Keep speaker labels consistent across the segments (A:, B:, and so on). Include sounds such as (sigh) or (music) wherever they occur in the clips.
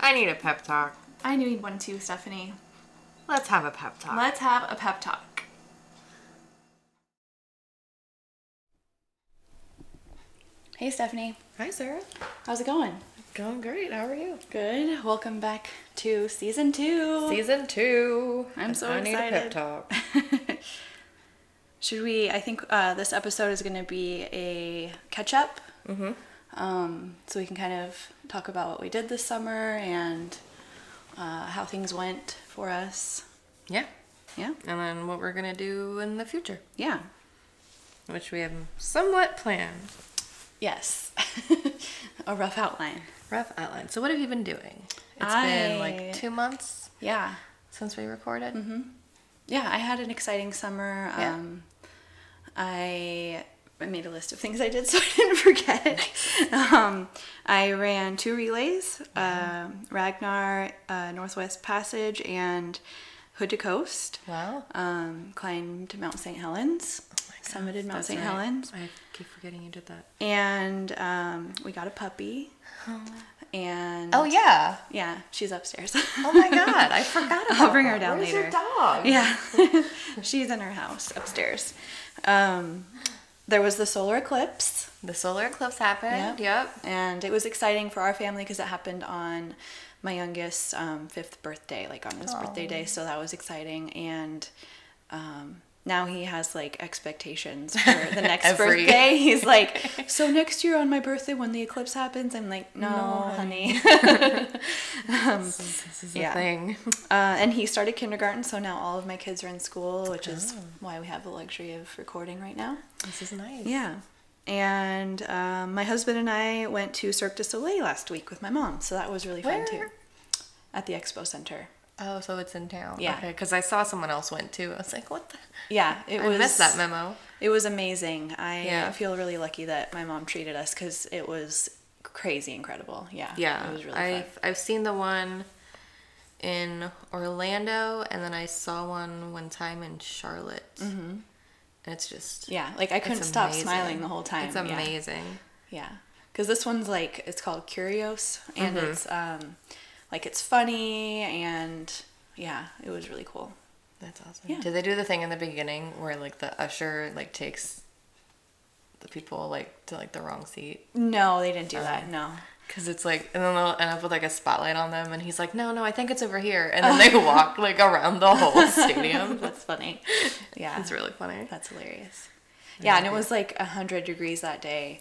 A: I need a pep talk.
B: I knew you'd want to, Stephanie.
A: Let's have a pep talk.
B: Let's have a pep talk. Hey, Stephanie.
A: Hi, Sarah.
B: How's it going?
A: Going great. How are you?
B: Good. Welcome back to season two.
A: Season two.
B: I'm so
A: I need a pep
B: excited.
A: talk.
B: (laughs) Should we? I think uh, this episode is going to be a catch up. Um, so we can kind of talk about what we did this summer and uh, how things went for us.
A: Yeah.
B: Yeah.
A: And then what we're gonna do in the future,
B: Yeah.
A: which we have somewhat planned.
B: Yes. (laughs) a rough outline.
A: Rough outline. So what have you been doing? It's been
B: I-
A: like two months
B: Yeah.
A: since we recorded.
B: Yeah. I had an exciting summer.
A: Yeah.
B: Um, I I made a list of things I did (laughs) so I didn't forget. Um, I ran two relays
A: Mm-hmm.
B: um Ragnar, uh, Northwest Passage, and Hood to Coast.
A: Wow. Oh
B: Um, climbed Mount St. Helens, summited Mount
A: That's
B: St.
A: right.
B: Helens,
A: I keep forgetting you did that.
B: and um, we got a puppy.
A: Oh.
B: And
A: yeah.
B: yeah, she's upstairs.
A: Oh my god,
B: (laughs)
A: I (laughs) forgot.
B: I'll
A: about
B: bring
A: that.
B: her down
A: Where's
B: later.
A: Your dog.
B: Yeah. (laughs) She's in her house upstairs. Um, there was the solar eclipse,
A: The solar eclipse happened.
B: Yep.
A: Yep.
B: and it was exciting for our family because it happened on my youngest um, fifth birthday, like on his birthday day. So that was exciting. And um, now he has like expectations for (laughs) the next
A: Every-
B: birthday. (laughs) He's like, So next year on my birthday, when the eclipse happens, I'm like, No, (laughs) honey.
A: This is
B: yeah.
A: a thing.
B: Uh, and he started kindergarten, so now all of my kids are in school, which is why we have the luxury of recording right now.
A: This is nice.
B: Yeah. And um, my husband and I went to Cirque du Soleil last week with my mom, so that was really fun too.
A: Where?
B: At the expo center.
A: Oh, so it's in town.
B: Yeah.
A: Okay, because I saw someone else went too. I was like, what the?
B: Yeah, it
A: I
B: was.
A: missed that memo.
B: It was amazing. I
A: Yeah.
B: feel really lucky that my mom treated us because it was crazy incredible. Yeah.
A: Yeah.
B: It was really
A: I've,
B: fun.
A: I've seen the one in Orlando, and then I saw one one time in Charlotte. Mm-hmm. And it's just.
B: Yeah, like I
A: it's
B: couldn't stop
A: amazing.
B: smiling the whole time.
A: It's
B: yeah.
A: amazing.
B: Yeah, because this one's like it's called Curios, and
A: Mm-hmm.
B: it's um, like it's funny and yeah, it was really cool.
A: That's awesome.
B: Yeah.
A: Did they do the thing in the beginning where like the usher like takes the people like to like the wrong seat?
B: No, they didn't do
A: Uh,
B: that. No.
A: Cause it's like, and then they'll end up with like a spotlight on them, and he's like, "No, no, I think it's over here." And then they walk like around the whole stadium.
B: That's funny. (laughs) Yeah.
A: It's really funny.
B: That's hilarious. Yeah, and it was like 100 degrees that day.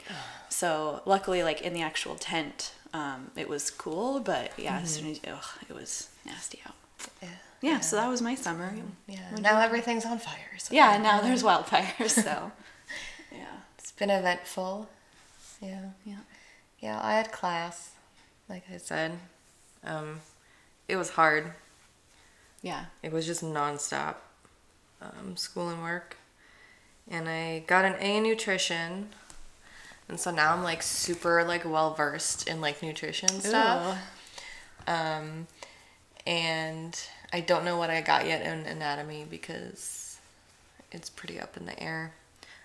B: So, luckily, like in the actual tent, um, it was cool, but yeah, as soon as ugh, it was nasty out.
A: Yeah.
B: Mm-hmm. Yeah, so that was my summer.
A: Yeah. Now everything's on fire. So
B: Yeah, and now there's wildfires, (laughs) so yeah.
A: It's been eventful. Yeah.
B: Yeah.
A: Yeah. I had class, like I said. Um, it was hard.
B: Yeah.
A: It was just nonstop, um, school and work. And I got an A in nutrition, and so now I'm like super like well versed in like nutrition stuff.
B: Ooh.
A: Um, and I don't know what I got yet in anatomy because it's pretty up in the air.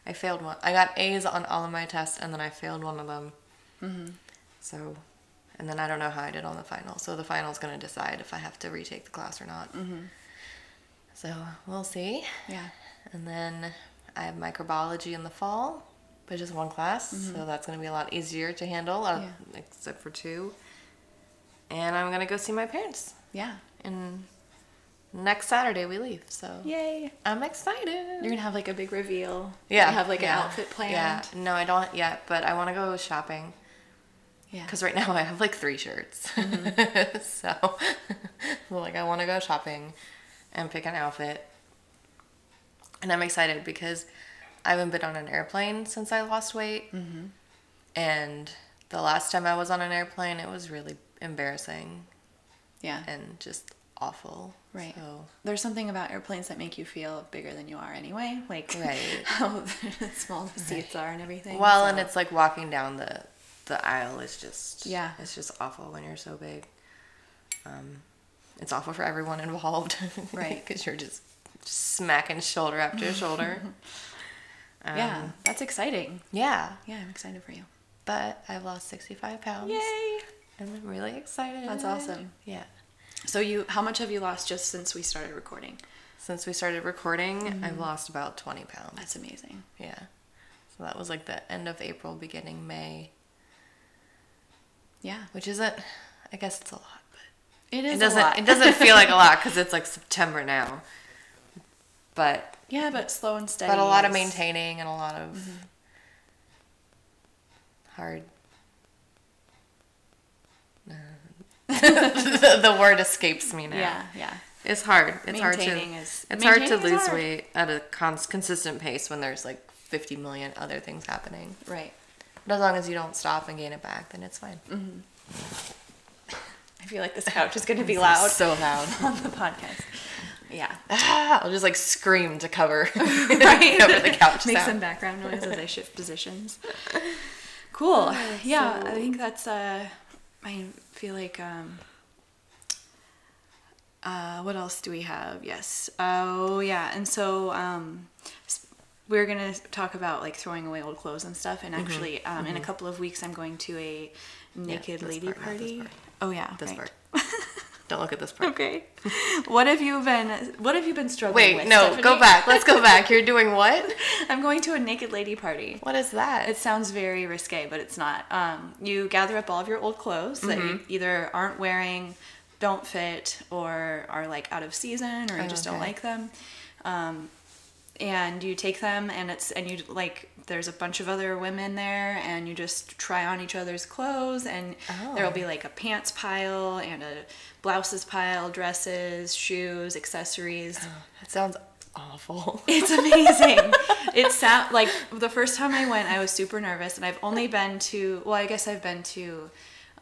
A: I failed one. I got A's on all of my tests, and then I failed one of them. So, and then I don't know how I did on the final. So the final's gonna decide if I have to retake the class or not. So we'll see.
B: Yeah.
A: And then I have microbiology in the fall, but just one class,
B: Mm-hmm.
A: so that's going to be a lot easier to handle, uh, except for two. And I'm going to go see my parents.
B: Yeah.
A: And next Saturday we leave, so
B: Yay.
A: I'm excited.
B: You're gonna have like a big reveal.
A: yeah.
B: You have like
A: yeah,
B: an outfit planned.
A: Yeah. No, I don't yet, but I want to go shopping
B: Yeah.
A: because right now I have like three shirts. (laughs) so, like, I want to go shopping and pick an outfit. And I'm excited because I haven't been on an airplane since I lost weight. And the last time I was on an airplane, it was really embarrassing
B: yeah.
A: and just awful.
B: Right.
A: So,
B: There's something about airplanes that make you feel bigger than you are anyway. Like
A: Right.
B: (laughs) how small the seats are and everything.
A: well,
B: so-
A: and it's like walking down the the aisle is just
B: Yeah.
A: it's just awful when you're so big. Um, it's awful for everyone involved, (laughs)
B: Right.
A: Because you're just smacking shoulder after
B: (laughs)
A: shoulder. Um,
B: yeah, that's exciting.
A: yeah,
B: Yeah, I'm excited for you.
A: but I've lost sixty five pounds,
B: Yay!
A: And I'm really excited.
B: That's awesome.
A: Yeah.
B: So you, how much have you lost just since we started recording?
A: Since we started recording, I've lost about 20 pounds.
B: Mm-hmm. That's amazing.
A: Yeah. So that was like the end of April, beginning May,
B: Yeah,
A: which isn't, I guess it's a lot, but
B: it is.
A: it
B: A
A: doesn't,
B: lot.
A: it doesn't feel like a (laughs) lot because it's like September now. But,
B: (laughs)
A: Mm-hmm.
B: yeah, but slow and steady.
A: but a lot of
B: is-
A: maintaining and a lot of hard. (laughs) the, the word escapes me now.
B: Yeah, yeah.
A: It's hard. It's hard to
B: Maintaining is-
A: it's hard to
B: maintaining is
A: lose
B: hard.
A: weight at a cons- consistent pace when there's like 50 million other things happening.
B: Right.
A: But as long as you don't stop and gain it back, then it's fine.
B: I feel like this couch is going to be loud
A: So loud.
B: (laughs)
A: (laughs)
B: on the podcast. Yeah.
A: Ah, I'll just like scream to (laughs) cover
B: right
A: cover the couch
B: Make some
A: sound.
B: background
A: (laughs)
B: noise as I shift positions. Cool. yeah, I think that's. Uh, I feel like. Um, uh, what else do we have? Yes. Oh yeah, and so um, s- we're gonna talk about like throwing away old clothes and stuff.
A: Mm-hmm.
B: And actually, um, in a couple of weeks, I'm going to a naked
A: this
B: lady
A: part, not this
B: party.
A: part.
B: Oh yeah,
A: This
B: right.
A: part. (laughs) Don't look at this part.
B: Okay. (laughs) what have you been? What have you been struggling
A: Wait,
B: with?
A: no, go
B: Stephanie?
A: back. Let's (laughs) go back. You're doing what?
B: I'm going to a naked lady party.
A: What is that?
B: It sounds very risque, but it's not. Um, you gather up all of your old clothes that you either aren't wearing, don't fit, or are like out of season, or you
A: Oh,
B: just don't
A: okay.
B: like them. Um, and you take them, and it's and you like there's a bunch of other women there, and you just try on each other's clothes, and there will be like a pants pile and a blouses pile, dresses, shoes, accessories.
A: That sounds (laughs) awful.
B: It's amazing. it sound like the first time I went, I was super nervous, and I've only been to. Well, I guess I've been to.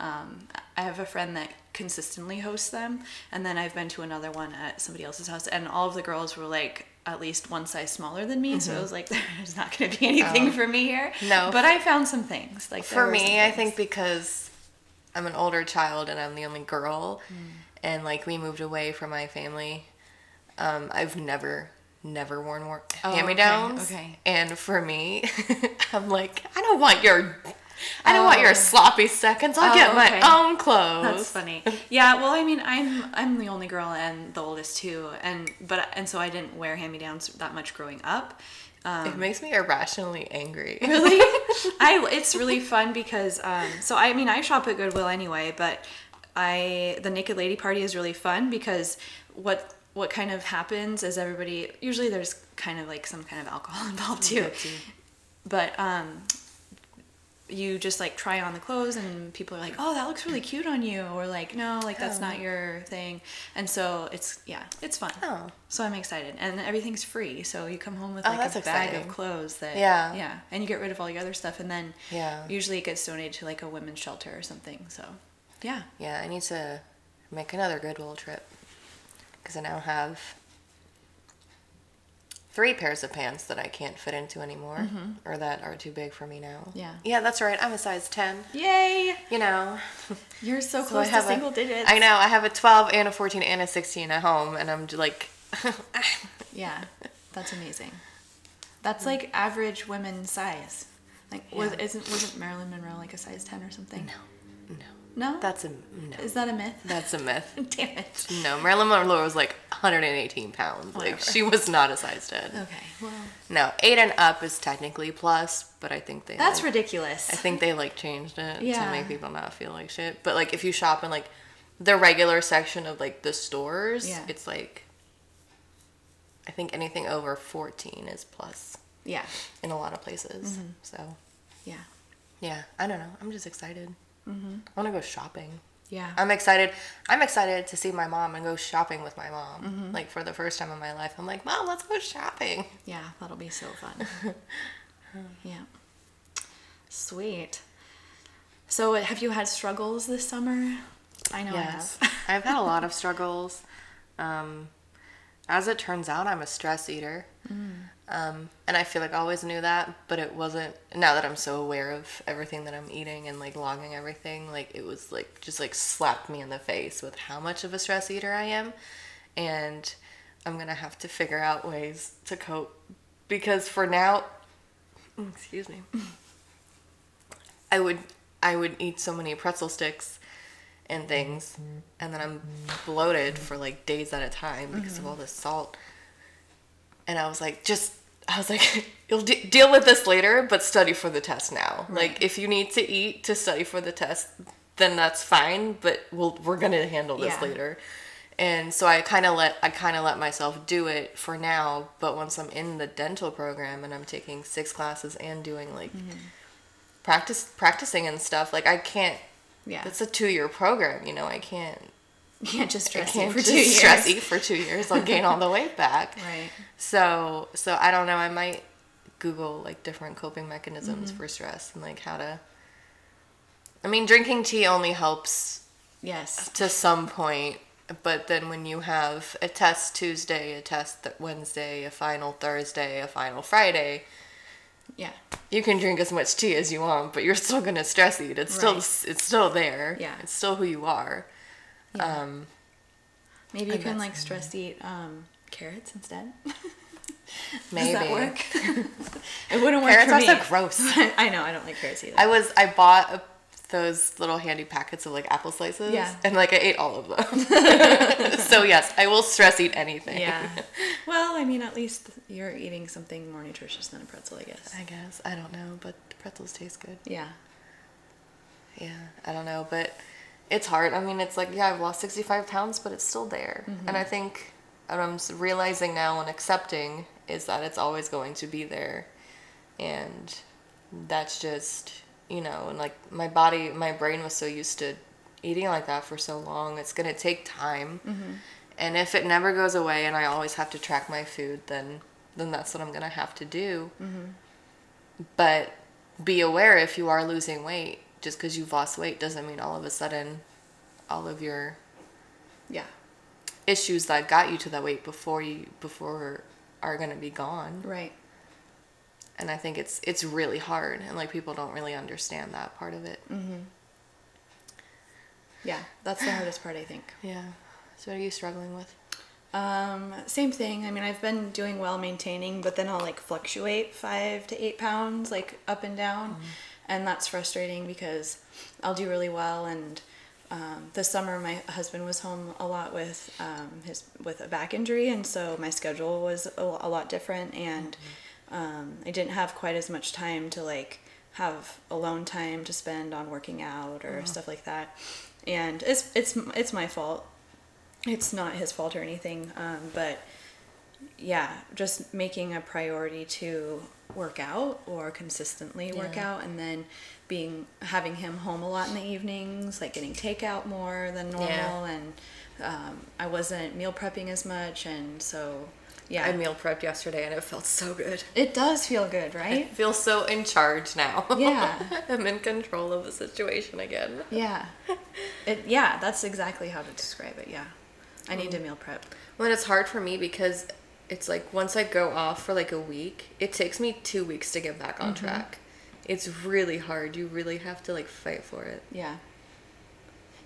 B: Um, I have a friend that consistently hosts them, and then I've been to another one at somebody else's house, and all of the girls were like at least one size smaller than me, so I was like, (laughs) "There's not going to be anything for me here."
A: Mm-hmm. Oh. No.
B: but I found some things. Like there
A: For
B: were some
A: me, I
B: things.
A: think because I'm an older child and I'm the only girl, and like we moved away from my family, um, I've never, never worn war-
B: Oh,
A: hand me downs.
B: okay, okay.
A: And for me, (laughs) I'm like, I don't want your, I don't want your sloppy seconds. I'll
B: Oh,
A: get my
B: okay.
A: own clothes.
B: Oh, That's
A: (laughs)
B: funny. Yeah, well, I mean, I'm I'm the only girl and the oldest too, and but and so I didn't wear hand-me-downs that much growing up. Um,
A: It makes me irrationally (laughs) angry.
B: really i it's really fun because um so i mean i shop at goodwill anyway but i the naked lady party is really fun because what what kind of happens is everybody usually there's kind of like some kind of alcohol (laughs) involved too but um you just like try on the clothes and people are like oh that looks really cute on you or like no like that's not your thing and so it's yeah it's fun
A: Oh.
B: so i'm excited and everything's free so you come home with
A: Oh,
B: like
A: that's
B: a bag
A: exciting.
B: of clothes that
A: Yeah.
B: yeah and you get rid of all your other stuff and then
A: Yeah.
B: usually it gets donated to like a women's shelter or something so yeah
A: Yeah, I need to make another Goodwill trip because I now have three pairs of pants that I can't fit into anymore or that are too big for me now.
B: Mm-hmm. Yeah.
A: Yeah, that's right. I'm a size 10.
B: yay
A: You know,
B: you're so
A: So I
B: close
A: have
B: to
A: a-
B: single digits
A: I know. I have a 12 and a 14 and a 16 at home, and I'm j- like, (laughs)
B: yeah that's amazing that's like average women's size like was
A: Yeah.
B: isn't wasn't marilyn monroe like a size 10 or something
A: no,
B: no
A: that's a no.
B: is that a myth
A: That's a myth.
B: (laughs) damn it
A: No, Marilyn Monroe was like 118 pounds. Like
B: Whatever. Oh.
A: she was not a size 10.
B: okay well
A: No, eight and up is technically plus, but I think they
B: that's
A: like,
B: ridiculous
A: I (laughs) think they like changed it
B: Yeah.
A: to make people not feel like shit. But like if you shop in like the regular section of like the stores,
B: Yeah.
A: it's like I think anything over 14 is plus
B: yeah
A: in a lot of places.
B: Mm-hmm.
A: So,
B: yeah
A: yeah, I don't know. I'm just excited.
B: Mm-hmm.
A: I want to go shopping.
B: yeah
A: I'm excited. I'm excited to see my mom and go shopping with my mom.
B: Mm-hmm.
A: Like for the first time in my life, I'm like, "Mom, let's go shopping."
B: Yeah, that'll be so fun.
A: (laughs)
B: yeah. Sweet. So, have you had struggles this summer? I know
A: Yes,
B: I have.
A: I've
B: (laughs)
A: had a lot of struggles. Um, as it turns out, I'm a stress eater,
B: Mm.
A: um, and I feel like I always knew that, but it wasn't. Now that I'm so aware of everything that I'm eating and like logging everything, like it was like just like slapped me in the face with how much of a stress eater I am, and I'm gonna have to figure out ways to cope because for now, Mm, excuse me. I would I would eat so many pretzel sticks and things, and then I'm bloated for like days at a time because of all this salt. And I was like, just I was like, (laughs) you'll de- deal with this later, but study for the test now. Like, if you need to eat to study for the test, then that's fine. But we'll we're gonna handle this
B: Yeah.
A: later. And so I kind of let I kind of let myself do it for now. But once I'm in the dental program and I'm taking six classes and doing like
B: Mm-hmm.
A: practice practicing and stuff, like I can't.
B: Yeah.
A: It's a two year program, you know. I can't.
B: you (laughs) can't just
A: I
B: stress
A: can't
B: it for
A: just
B: two years.
A: stress eat for two years. I'll gain
B: (laughs)
A: all the weight back.
B: Right.
A: So so I don't know. I might Google like different coping mechanisms
B: Mm-hmm.
A: for stress and like how to. I mean, drinking tea only helps
B: Yes.
A: to some point, but then when you have a test Tuesday, a test th- Wednesday, a final Thursday, a final Friday,
B: Yeah.
A: you can drink as much tea as you want, but you're still gonna stress eat. It's still
B: Right.
A: it's still there.
B: Yeah.
A: it's still who you are. Um,
B: Maybe you
A: And
B: can
A: that's-
B: like stress eat um, carrots instead. (laughs)
A: maybe
B: Does that work?
A: (laughs)
B: (laughs) it wouldn't work
A: Carrots
B: for
A: are
B: me.
A: so gross.
B: (laughs) I know. I don't like carrots either.
A: I was I bought a, those little handy packets of like apple slices,
B: Yeah.
A: and like I ate all of them.
B: (laughs)
A: so yes, I will stress eat anything.
B: yeah. Well, I mean, at least you're eating something more nutritious than a pretzel, I guess.
A: (laughs) I guess I don't know, but pretzels taste good.
B: Yeah.
A: Yeah, I don't know, but it's hard. I mean, it's like yeah, I've lost sixty five pounds, but it's still there, and I think and I'm s- realizing now and accepting is that it's always going to be there, and that's just you know, and like my body, my brain was so used to eating like that for so long, it's gonna take time, and if it never goes away, and I always have to track my food, then then that's what I'm gonna have to do but be aware if you are losing weight just because you've lost weight doesn't mean all of a sudden all of your
B: Yeah.
A: issues that got you to that weight before you before are going to be gone
B: Right.
A: and i think it's it's really hard and like people don't really understand that part of it
B: Yeah. That's the hardest part, I think.
A: yeah so what are you struggling with
B: Um, same thing. I mean, I've been doing well maintaining, but then I'll like fluctuate five to eight pounds, like up and down. And that's frustrating because I'll do really well. And um, this summer, my husband was home a lot with um, his with a back injury, and so my schedule was a, a lot different. And um, I didn't have quite as much time to like have alone time to spend on working out or stuff like that. And it's it's it's my fault it's not his fault or anything um, but yeah just making a priority to work out or consistently work
A: Yeah.
B: out and then being having him home a lot in the evenings like getting takeout more than normal and um, i wasn't meal prepping as much and so yeah
A: i meal prepped yesterday and it felt so good
B: it does feel
A: (laughs)
B: good right
A: I feel so in charge now
B: Yeah.
A: (laughs) i'm in control of the situation again
B: yeah it yeah that's exactly how to describe it yeah i need
A: Um,
B: to meal prep
A: Well, and it's hard for me because it's like once I go off for like a week, it takes me two weeks to get back on track. It's really hard. You really have to like fight for it.
B: yeah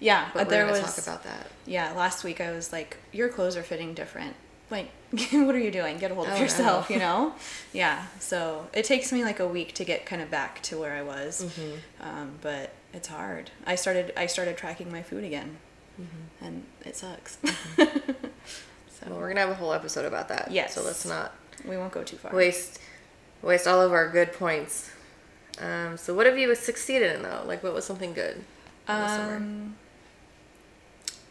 B: yeah uh,
A: But
B: there
A: we're gonna
B: was
A: talk about that.
B: yeah, last week I was like, your clothes are fitting different. Like, (laughs) what are you doing? Get a hold of
A: Oh, no.
B: yourself, you know? (laughs) Yeah. So it takes me like a week to get kind of back to where I was,
A: Mm-hmm.
B: um, but it's hard. I started I started tracking my food again,
A: Mm-hmm.
B: and it sucks. (laughs)
A: So we're gonna have a whole episode about that.
B: Yes.
A: So let's not
B: we won't go too far.
A: waste waste all of our good points. Um, so what have you succeeded in though? Like what was something good? in the summer?
B: Um,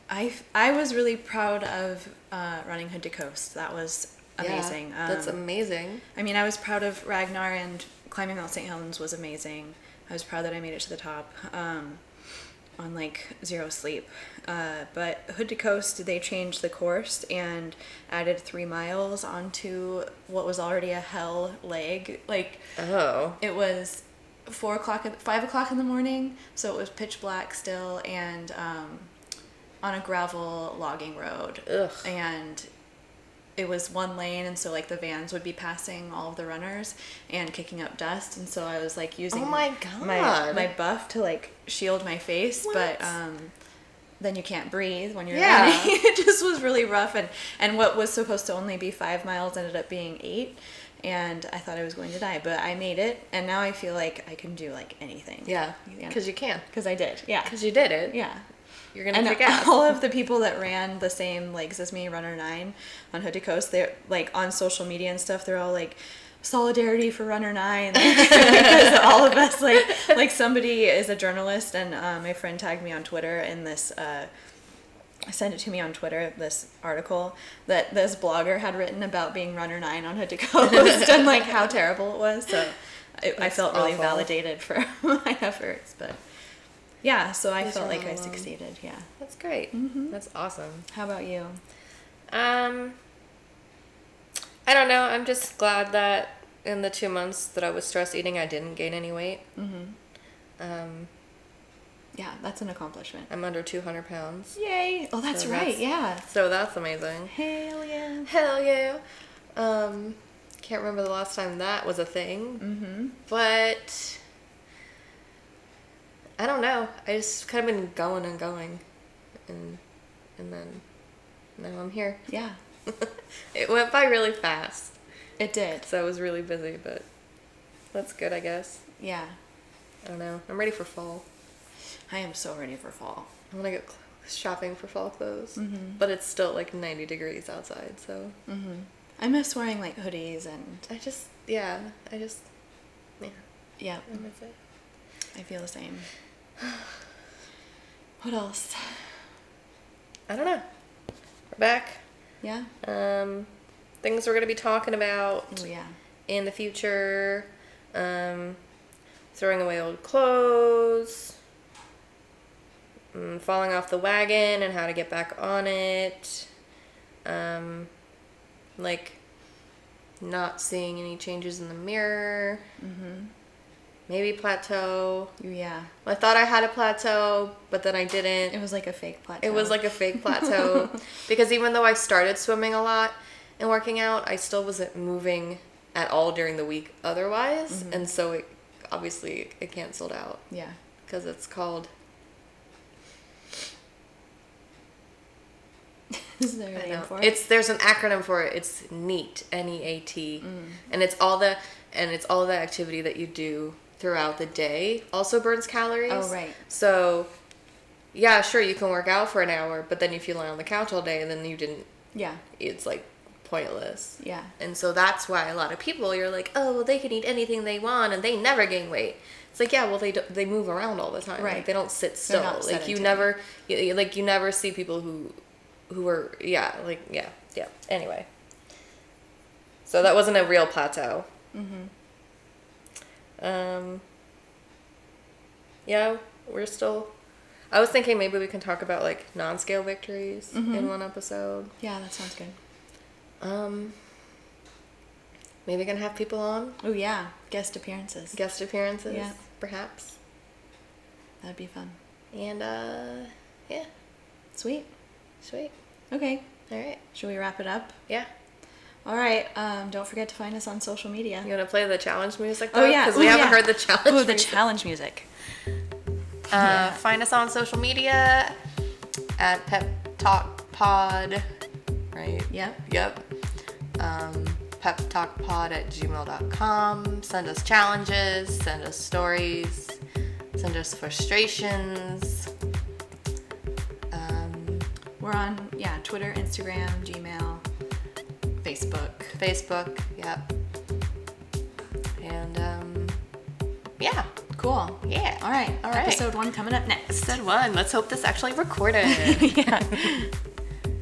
B: I I was really proud of uh, running Hood to Coast. That was
A: Yeah,
B: amazing.
A: that's
B: Um,
A: amazing.
B: I mean, I was proud of Ragnar and climbing Mount St. Helens was amazing. I was proud that I made it to the top um, on like zero sleep. Uh, but Hood to Coast, they changed the course and added three miles onto what was already a hell leg. Like,
A: Oh.
B: it was four o'clock, in- five o'clock in the morning, so it was pitch black still, and um, on a gravel logging road,
A: Ugh.
B: and it was one lane, and so like the vans would be passing all of the runners and kicking up dust, and so I was like using
A: Oh my
B: my
A: God.
B: my buff to like shield my face, but
A: What?
B: um, then you can't breathe when you're
A: Yeah.
B: running. (laughs) it just was really rough and and what was supposed to only be five miles ended up being eight and i thought i was going to die but i made it and now i feel like i can do like anything
A: Yeah.
B: Yeah.
A: Because you can.
B: because i did yeah
A: Because you did it.
B: yeah
A: You're gonna
B: And
A: kick
B: (laughs)
A: ass. (laughs)
B: all of the people that ran the same legs as me, runner nine, on Hooded Coast, they're like on social media and stuff. They're all like, solidarity for runner nine, (laughs) because all of us like like somebody is a journalist, and uh, my friend tagged me on Twitter in this. Uh, sent it to me on Twitter, this article that this blogger had written about being runner nine on Hood to Coast and like how terrible it was. So I, I
A: That's
B: felt really
A: awful.
B: validated for (laughs) my efforts. But yeah, so I
A: Those
B: felt
A: are
B: like
A: not
B: I
A: alone.
B: succeeded. Yeah.
A: That's great. That's awesome.
B: How about you?
A: Um, I don't know. I'm just glad that in the two months that I was stress eating, I didn't gain any weight. Um,
B: Yeah, that's an accomplishment.
A: I'm under 200 pounds,
B: Yay! Oh, that's
A: So
B: right.
A: that's-
B: Yeah.
A: so that's amazing.
B: Hell yeah.
A: Hell yeah. Um, can't remember the last time that was a thing,
B: Mm-hmm.
A: but I don't know. I just kind of been going and going, and and then now I'm here.
B: Yeah,
A: It went by really fast.
B: it did.
A: So I was really busy, but that's good, I guess.
B: Yeah.
A: I don't know. I'm ready for fall.
B: I am so ready for fall.
A: I want to go cl- shopping for fall clothes, but it's still like 90 degrees outside, so
B: Mm-hmm. I miss wearing like hoodies and
A: I just, yeah, I just, yeah,
B: yeah,
A: I miss it.
B: I feel the same. (sighs) What else?
A: I don't know. We're back.
B: Yeah.
A: Um, things we're gonna be talking about
B: Oh yeah.
A: in the future. Um, throwing away old clothes. mm, falling off the wagon and how to get back on it. Um, like not seeing any changes in the mirror. Maybe plateau.
B: Ooh, Oh, Yeah.
A: Well, I thought I had a plateau, but then I didn't.
B: It was like a fake plateau.
A: It was like a
B: (laughs)
A: fake plateau because even though I started swimming a lot and working out, I still wasn't moving at all during the week otherwise,
B: Mm-hmm.
A: and so it obviously it canceled out
B: yeah. (laughs)
A: because it's called
B: Is there a
A: I
B: name
A: know.
B: for it?
A: it's there's an acronym for it. It's NEAT, N E A T,
B: Mm.
A: and it's all the and it's all the activity that you do throughout the day also burns calories.
B: Oh, right.
A: So, yeah, sure you can work out for an hour, but then if you lie on the couch all day, then you didn't
B: yeah.
A: it's like pointless.
B: Yeah.
A: And so that's why a lot of people you're like, oh, well, they can eat anything they want and they never gain weight. It's like, yeah, well, they do, they move around all the time. Like,
B: Right.
A: they don't sit still.
B: not
A: Like you
B: sedentary.
A: never, you- you, like you never see people who, who are yeah, like yeah, yeah. Anyway. So that wasn't a real plateau.
B: Mm-hmm.
A: Um. Yeah, we're still. I was thinking maybe we can talk about like non-scale victories
B: Mm-hmm.
A: in one episode.
B: Yeah, that sounds good.
A: Um, maybe gonna have people on
B: Oh yeah, guest appearances.
A: guest appearances,
B: Yeah.
A: perhaps,
B: That'd be fun.
A: and uh, yeah,
B: Sweet.
A: sweet.
B: Okay.
A: All right,
B: Should we wrap it up?
A: yeah.
B: All right. Um, don't forget to find us on social media.
A: You wanna play the challenge music?
B: Oh yeah.
A: because we
B: Ooh,
A: haven't
B: yeah.
A: heard the challenge.
B: Ooh, the
A: music.
B: challenge music.
A: Uh, find us on social media at Pep Talk Pod, right?
B: Yep.
A: Yep. Um, peptalkpod at gmail.com. Send us challenges, send us stories, send us frustrations. Um,
B: We're on yeah Twitter, Instagram, Gmail, Facebook.
A: Facebook, yep. And um, yeah,
B: Cool.
A: yeah.
B: All right.
A: All right.
B: Episode one coming up next.
A: Episode one. Let's hope this actually recorded. (laughs)
B: yeah.